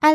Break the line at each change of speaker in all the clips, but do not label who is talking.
艾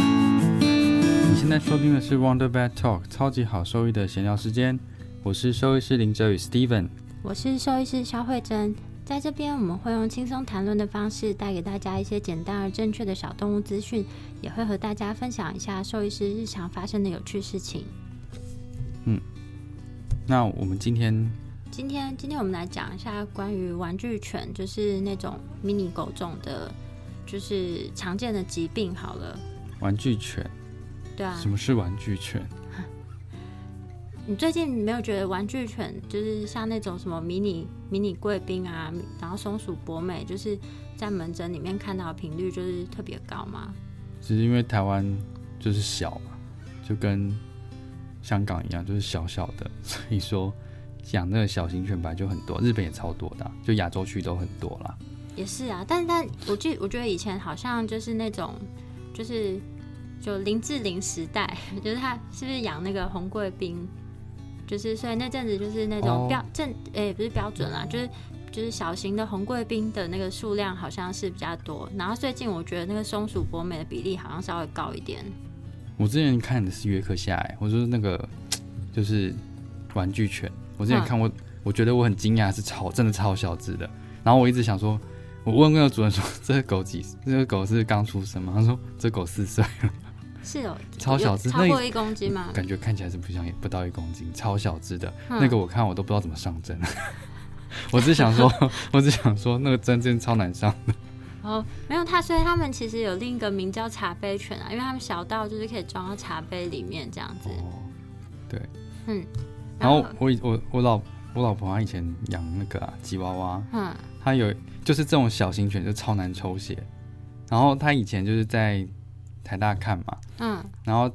你现在收听的是 Wonder Vet Talk 超级好兽医的闲聊时间，我是兽医师林哲宇 Steven。
我是兽医师肖慧珍，在这边我们会用轻松谈论的方式带给大家一些简单而正确的小动物资讯，也会和大家分享一下兽医师日常发生的有趣事情。
那我们今天
今天，今天我们来讲一下关于玩具犬，就是那种迷你狗种的，就是常见的疾病。好了，
玩具犬，
对啊
什，么是玩具犬？
你最近没有觉得玩具犬就是像那种什么迷你迷你贵宾啊，然后松鼠博美，就是在门诊里面看到的频率就是特别高吗？
只是因为台湾就是小嘛，就跟香港一样，就是小小的，所以说养那个小型犬本来就很多，日本也超多的啊、就亚洲区都很多啦。
也是啊，但但我记我觉得以前好像就是那种就是就林志玲时代， 就是他是不是养那个红贵宾？就是所以那阵子就是那种
哦
标、正诶、不是标准啦，就是就是小型的红贵宾的那个数量好像是比较多，然后最近我觉得那个松鼠博美的比例好像稍微高一点。
我之前看的是约克夏、欸，我说那个就是玩具犬，我之前
嗯
看过，我觉得我很惊讶，是超真的超小只的。然后我一直想说，我问那个主人说， 这个狗几？这个狗是刚出生吗？他说这狗四岁，
是有
超小只，
有
那
超
一嗯
过一公斤吗？
感觉看起来是不像，也不到一公斤，超小只的。
啊嗯
那个我看我都不知道怎么上针， 我只想说， 我只想说那个针真的超难上。
哦，没有它，所以他们其实有另一个名叫茶杯犬啊，因为他们小到就是可以装到茶杯里面这样子。
哦，
嗯，
然后我以我我老我老婆她以前养那个啊吉娃娃，
嗯，
她有就是这种小型犬就超难抽血，然后她以前就是在台大看嘛，
嗯，
然后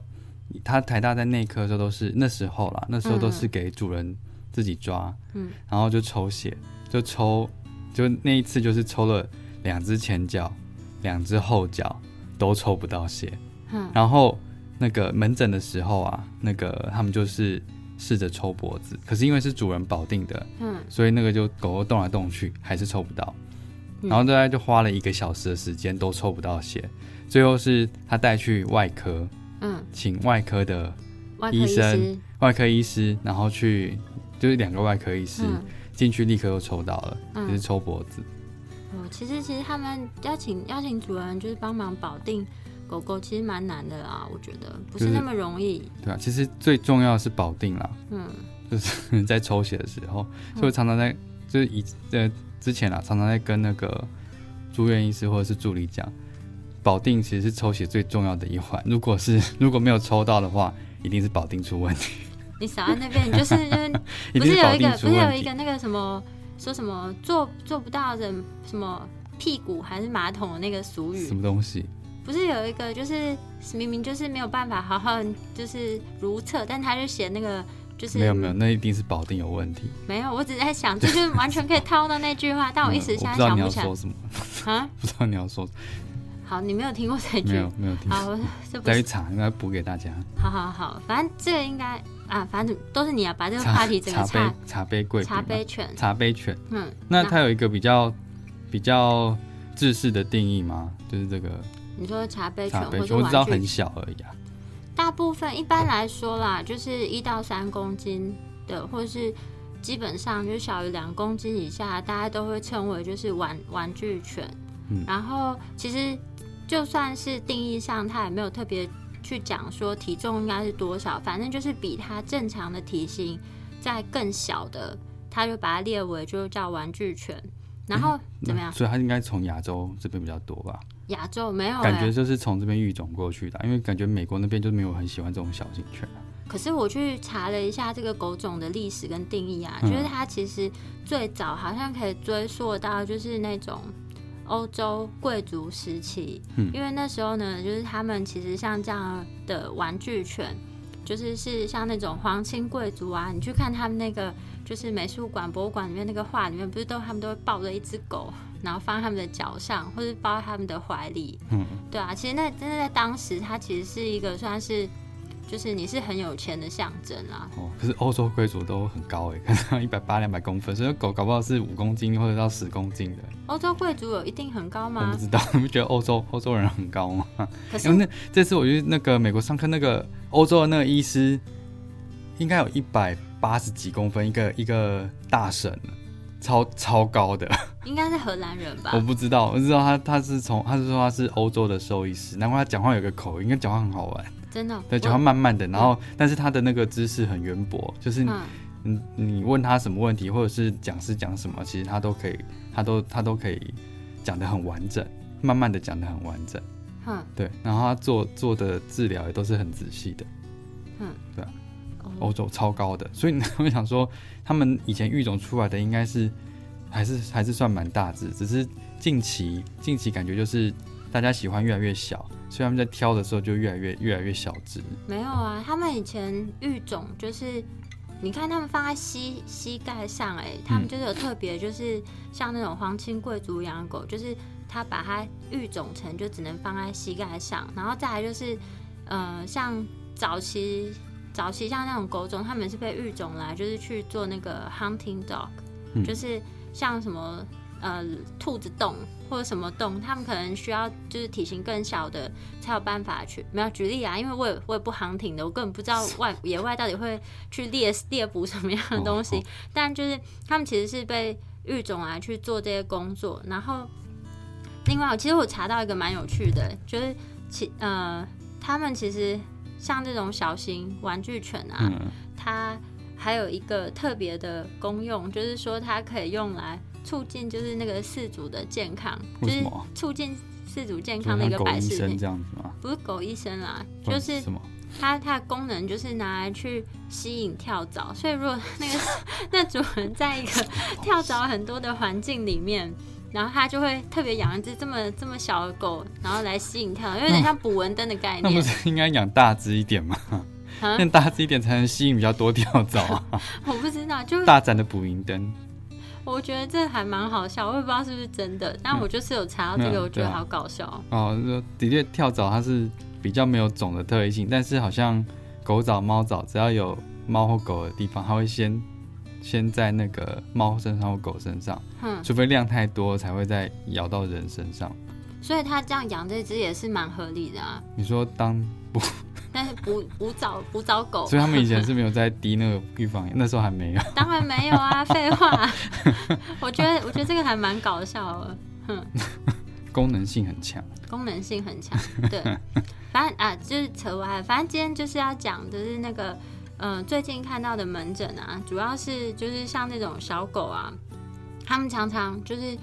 她台大在内科的时候都是那时候啦，那时候都是给主人自己抓，
嗯，
然后就抽血，就抽，就那一次就是抽了两只前脚，两只后脚都抽不到血，
嗯
然后那个门诊的时候啊，那个他们就是试着抽脖子，可是因为是主人保定的，
嗯，
所以那个就狗狗动来动去还是抽不到，
嗯
然后大概就花了一个小时的时间都抽不到血，最后是他带去外科，
嗯，
请外科的
外科
医
医
生
师，
外科医师，然后去就是两个外科医师
嗯
进、去立刻就抽到了，
嗯
只是抽脖子，
哦，其实其实他们邀请邀请主人就是帮忙保定狗狗，其实蛮难的啊，我觉得不是
就是
那么容易。
对啊，其实最重要的是保定啦，
嗯，
就是在抽血的时候，
嗯
所以我常常在就是以呃之前啦，常常在跟那个住院医师或者是助理讲，保定其实是抽血最重要的一环。如果是 如果没有抽到的话，一定是保定出问题，
你扫在那边，你就是就是
一
不
定
是有
保
一
定
个
出
不是有
问
一
题。
个那个什么说什么做做不到的什么屁股还是马桶的那个俗
什
语，
么东西？
不是有一个就是明明就是没有办法好好就是如厕，但他就写那个就是
没有没有，那一定是保定有问题。
没有，我只是在想，这就是完全可以套用到那句话，但我一时
嗯
现
我不
在
知道
想
你
不
要
起来
说什么，
啊。
不知道你要说什
好，你没有听过这
么，没
句
有没有听，
好，我这不
再去
是，
查，那补给大家。
好好好，反正这个应该啊，反正都是你啊，把这个
茶
话题整
茶
个
杯
岔
茶杯贵宾
茶
嘛
杯犬，
茶杯犬。
嗯，
那它有一个比较比较制式的定义吗？就是这个
你说茶杯犬
茶杯
或
犬，
者
我只知道
玩
很
具，
小而已啊。
大部分一般来说啦，就是一到三公斤的，或是基本上就是小于两公斤以下，大家都会称为就是玩玩具犬。
嗯
然后其实就算是定义上，它也没有特别去讲说体重应该是多少，反正就是比它正常的体型再更小的，它就把它列为就叫玩具犬。然后怎么样
那？所以它应该从亚洲这边比较多吧？
亚洲没有、欸、
感觉就是从这边育种过去的啊，因为感觉美国那边就没有很喜欢这种小型犬啊。
可是我去查了一下这个狗种的历史跟定义啊，
嗯
就是它其实最早好像可以追溯到就是那种欧洲贵族时期，
嗯
因为那时候呢，就是他们其实像这样的玩具犬。就是是像那种皇亲贵族啊，你去看他们那个就是美术馆、博物馆里面那个画里面，不是都他们都会抱着一只狗，然后放在他们的脚上，或是抱在他们的怀里，
嗯，
对啊，其实那真的在当时，它其实是一个算是就是你是很有钱的象征啊，
哦，可是欧洲贵族都很高哎，可能一百八两百公分，所以狗搞不好是五公斤或者到十公斤的，
欧洲贵族有一定很高
我
吗
不？知道， 你不觉得欧洲欧洲人很高吗？
可是
因为那这次我去那个美国上课，那个欧洲的那个医师，应该有一百八十几公分，一个一个大神，超超高的。
应该是荷兰人吧
我？不知道，我知道他他是从他是说他是欧洲的兽医师，难怪他讲话有个口音，因为讲话很好玩，
真的，
对，讲话
我
慢慢的，然后但是他的那个知识很渊博，就是你
嗯，
你你问他什么问题，或者是讲师讲什么，其实他都可以，他都他都可以讲的很完整，慢慢的讲的很完整。
哼、
对，然后他做做的治疗也都是很仔细的，
哦
欧洲
嗯
超高的，所以 呢我想说，他们以前育种出来的应该是还是还是算蛮大只，只是近期近期感觉就是大家喜欢越来越小，所以他们在挑的时候就越来越越来越小只。
没有啊，他们以前育种就是，你看他们放在膝膝盖上、哎，他
嗯
们就是有特别，就是像那种皇亲贵族养的狗，就是他把它育种成就只能放在膝盖上，然后再来就是，呃，像早期早期像那种狗种，他们是被育种来就是去做那个 hunting dog，、
嗯
就是像什么。呃，兔子洞或者什么洞，他们可能需要就是体型更小的才有办法去。没有举例啊，因为我也我也不航挺的，我根本不知道外野外到底会去 猎猎捕什么样的东西。
哦
但就是他们其实是被育种来去做这些工作。然后，另外，其实我查到一个蛮有趣的，就是其呃，他们其实像这种小型玩具犬啊，
嗯，
它还有一个特别的功用，就是说它可以用来促进就是那个饲主的健康，就
为什
是
么
促进饲主健
就
康的一个
像狗
摆
医
饰
生
品。
这样嗯子嘛，
不是狗医生啦，
不
就
然
是
什么
它它的功能就是拿来去吸引跳蚤，所以如果那个 那主人在一个跳蚤很多的环境里面，然后他就会特别养一只这么这么小的狗，然后来吸引跳蚤，因为有点像捕蚊灯的概
那不
念。
是应该养大只一点吗？
啊
那大只一点才能吸引比较多 跳蚤 啊！
我不知道，就是
大展的捕蝇灯，
我觉得这还蛮好笑，我也不知道是不是真的，但我就是有查到这
没
个，
有
我觉得
嗯对啊
好搞笑。
哦，那的确，跳蚤它是比较没有种的特异性，但是好像狗蚤、猫蚤，只要有猫或狗的地方，它会先先在那个猫身上或狗身上，
哼、
除非量太多才会再咬到人身上。
所以他这样养这只也是蛮合理的啊，
你说当，
但是捕捕蚤捕蚤狗
所以他们以前是没有在滴那个预防药，那时候还没有。
当然没有啊，废话。我觉得，我觉得这个还蛮搞笑的，
功能性很强，
功能性很强。 对，反正啊，就是扯歪了。反正今天就是要讲，就是那个，嗯、最近看到的门诊啊，主要是就是像那种小狗啊，他们常常就是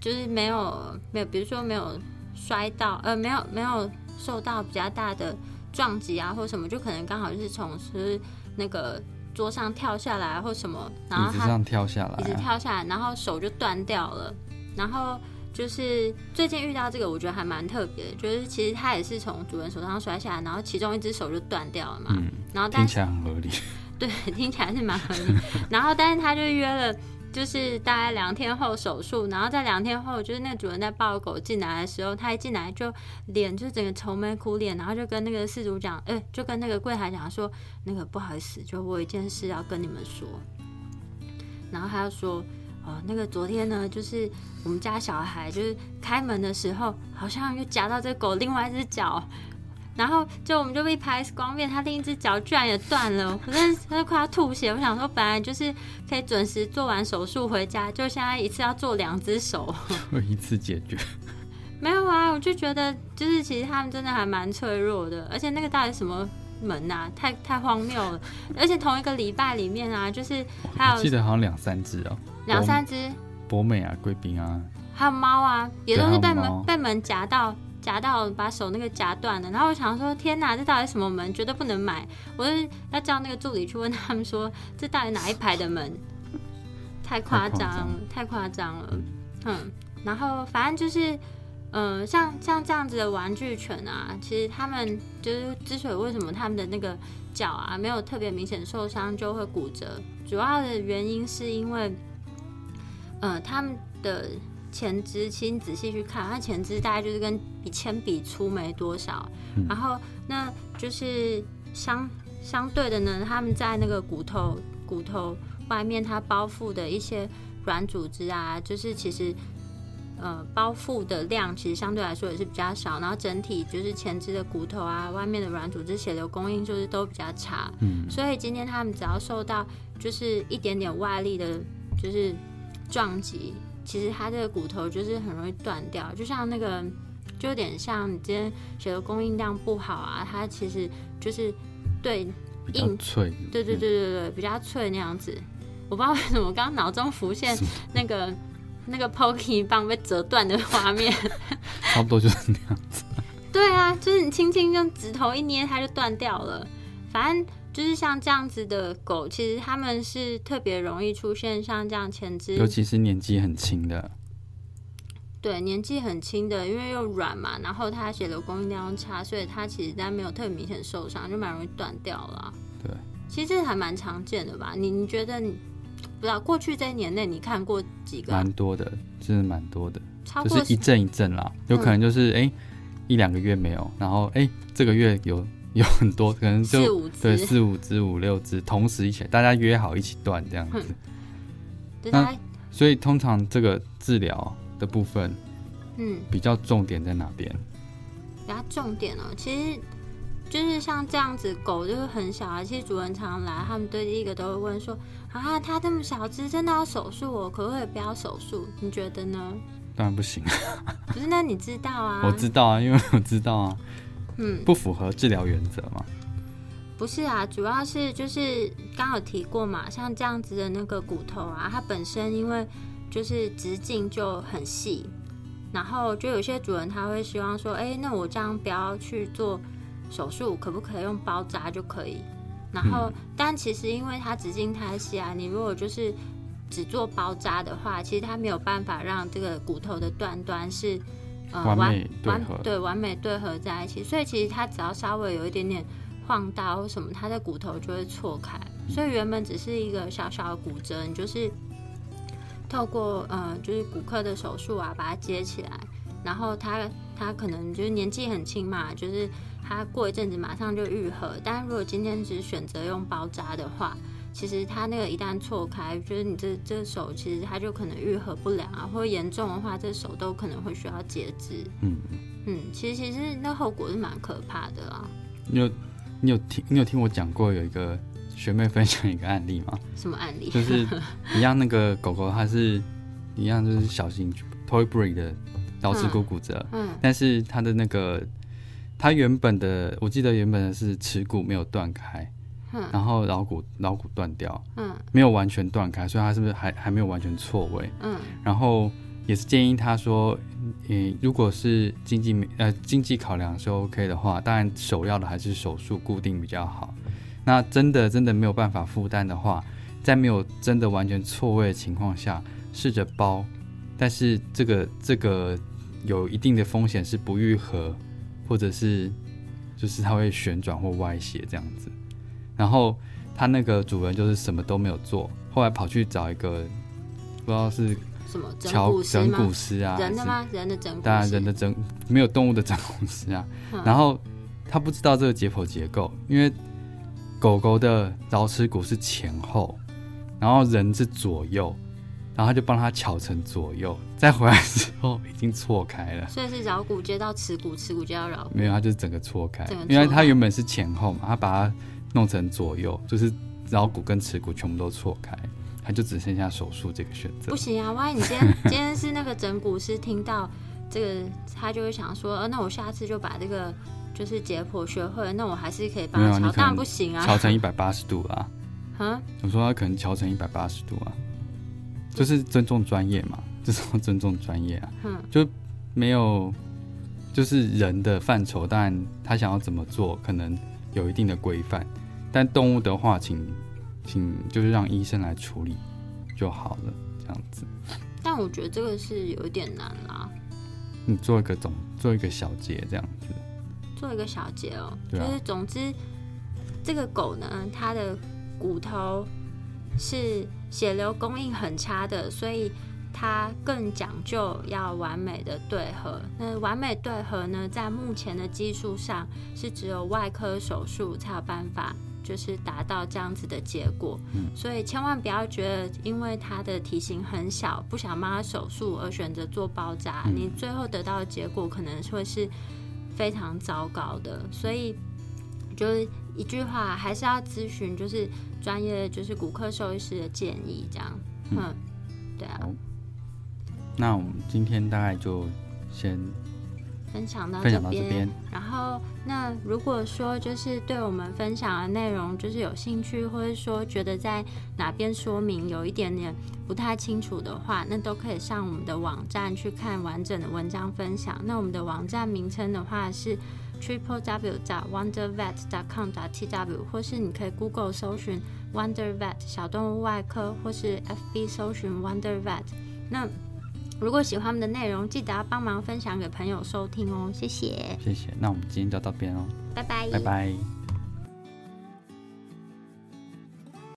就是没有没有，比如说没有摔到，呃，没有没有受到比较大的撞击啊，或什么，就可能刚好就是从就是那个桌上跳下来或什么，然后
椅子
它
上跳下
一直
来啊、
跳下来，然后手就断掉了。然后就是最近遇到这个，我觉得还蛮特别的，就是其实他也是从主人手上摔下来，然后其中一只手就断掉了嘛。
嗯，
然后但
听
是
起来很合理。
对，听起来是蛮合理。然后但是他就约了。就是大概两天后手术，然后在两天后，就是那主人在抱狗进来的时候，他一进来就脸就整个愁眉苦脸，然后就跟那个事主讲，哎、就跟那个柜台讲说，那个不好意思，就我有一件事要跟你们说。然后他就说，哦，那个昨天呢，就是我们家小孩就是开门的时候，好像又夹到这狗另外一只脚，然后就我们就被拍 X 光片，他另一只脚居然也断了，我真的是快要吐血。我想说，本来就是可以准时做完手术回家，就现在一次要做两只手。
会一次解决，
没有啊，我就觉得就是其实他们真的还蛮脆弱的，而且那个到底什么？门呐、太太荒谬了！而且同一个礼拜里面啊，就是还
我记
有
得好像两三只哦，
两三只，
博美啊、贵宾啊，
还有猫啊，也都是
对
被
还有
门
猫
被门夹到，夹到把手那个夹断了。然后我想说，天哪，这到底什么门？绝对不能买！我就是要叫那个助理去问他们说，这到底哪一排的门？太夸张了，太夸张了。嗯，然后反正就是嗯、像像这样子的玩具犬啊，其实他们就是之所以为什么他们的那个脚啊没有特别明显受伤就会骨折，主要的原因是因为，呃，他们的前肢，其实你仔细去看，它前肢大概就是跟比铅笔粗没多少，然后那就是相相对的呢，他们在那个骨头骨头外面它包覆的一些软组织啊，就是其实呃包覆的量其实相对来说也是比较少，然后整体就是前肢的骨头啊，外面的软组织血流供应就是都比较差，
嗯，
所以今天他们只要受到就是一点点外力的，就是撞击，其实它这个骨头就是很容易断掉，就像那个就有点像你今天血流供应量不好啊，它其实就是对
比较
硬
脆，
对对对对对，比较脆那样子。我不知道为什么，我刚刚脑中浮现
什么
那个那个 Pocky 棒被折断的画面。
差不多就是那样。
对啊，就是你轻轻用指头一捏，它就断掉了。反正就是像这样子的狗，其实它们是特别容易出现像这样前肢
尤其是年纪很轻的，
对，年纪很轻的，因为又软嘛，然后它血流供应量又差，所以它其实它没有特别明显受伤，就蛮容易断掉了啊。
对，
其实这还蛮常见的吧？你你觉得你不知道过去这一年内你看过几个啊？
蛮多的，真的蛮多的，
超
就
过
是一阵一阵啦，有可
嗯
能就是哎、诶一两个月没有，然后哎、诶这个月有有很多，可能
四
就
五
对
只，
四五只五六只同时一起，大家约好一起断这样子。
嗯对
那
它
所以通常这个治疗的部分
嗯，
比较重点在哪边？
比较重点哦，其实就是像这样子，狗就是很小啊。其实主人常常来，他们对第一个都会问说：“啊，它这么小只，真的要手术哦？可不可以不要手术？你觉得呢
当然不行，？”
啊不是，那你知道啊？
我知道啊，因为我知道啊，
嗯，
不符合治疗原则嘛。
不是啊，主要是就是刚有提过嘛，像这样子的那个骨头啊，它本身因为就是直径就很细，然后就有些主人他会希望说，哎、那我这样不要去做手术，可不可以用包扎就可以？然后，
嗯
但其实因为它直径太细啊，你如果就是只做包扎的话，其实它没有办法让这个骨头的断端是呃
完
完
美对
完
合
对完美对合在一起，所以其实它只要稍微有一点点晃到或什么，它的骨头就会错开。所以原本只是一个小小的骨折，你就是透过呃就是骨科的手术啊，把它接起来。然后它它可能就是年纪很轻嘛，就是它过一阵子马上就愈合。但如果今天只选择用包扎的话，其实它那个一旦错开，就是你这这手其实它就可能愈合不良啊，或者严重的话，这手都可能会需要截肢。
嗯，
嗯，其实其实那后果是蛮可怕的啊。
你有你有听你有听我讲过有一个学妹分享一个案例吗？
什么案例？
就是一样那个狗狗它是一样就是小型 Toy b r e e 的导致骨骨折，
嗯
但是它的那个它原本的我记得原本的是耻骨没有断开，
嗯
然后桡骨桡骨断掉，
嗯
没有完全断开，所以它是不是还还没有完全错位？
嗯
然后也是建议他说，嗯，如果是经济呃经济考量是 OK 的话，当然首要的还是手术固定比较好。那真的真的没有办法负担的话，在没有真的完全错位的情况下，试着包，但是这个这个有一定的风险是不愈合，或者是就是它会旋转或歪斜这样子。然后他那个主人就是什么都没有做，后来跑去找一个不知道是
什么整
敲
骨师
整骨
吗？
师啊，
人
还
的
是
吗？人的整骨师？
当然人的整没有动物的整骨师啊。
嗯
然后他不知道这个解剖结构，因为狗狗的桡尺骨是前后，然后人是左右，然后他就帮他巧成左右，再回来之后已经错开了。
所以是桡骨接到耻骨，耻骨接到桡骨。
没有，它就是整个错开
整个，
因为
错
它
开
原本是前后嘛，它把它弄成左右，就是桡骨跟尺骨全部都错开，它就只剩下手术这个选择
不。行啊，万一你今 天今天是那个整蛊师听到这个，他就会想说，呃，那我下次就把这个就是解剖学会了，那我还是可以帮
没有
他
啊你
敲，
可能
当然不行啊，
调成一百八十度啊，
啊，
我说他可能调成一百八十度啊，就是尊重专业嘛， 就是要尊重专业啊，
嗯
就没有就是人的范畴，当然他想要怎么做，可能有一定的规范，但动物的话，请请就是让医生来处理就好了，这样子。
但我觉得这个是有点难啦。
你做一个总做一个小结这样子。
做一个小结哦、
对啊
就是总之，这个狗呢，它的骨头是血流供应很差的，所以它更讲究要完美的对合。那完美对合呢，在目前的技术上是只有外科手术才有办法。就是达到这样子的结果，
嗯
所以千万不要觉得因为它的体型很小，不想帮它手术而选择做包扎，
嗯
你最后得到的结果可能会是非常糟糕的。所以就是一句话，还是要咨询就是专业就是骨科兽医师的建议，这样。嗯，对啊，
好，那我们今天大概就先
分享到
分
这
享到这
边
边。，
然后，那如果说就是对我们分享的内容就是有兴趣，或者说觉得在哪边说明有一点点不太清楚的话，那都可以上我们的网站去看完整的文章分享。那我们的网站名称的话是 triple w wondervet com t w，或是你可以 Google 搜寻 Wonder Vet 小动物外科，或是 FB 搜寻 Wonder Vet。那如果喜欢我们的内容，记得要帮忙分享给朋友收听哦，谢谢。
谢谢。那我们今天就到这边哦，
拜拜，
拜拜。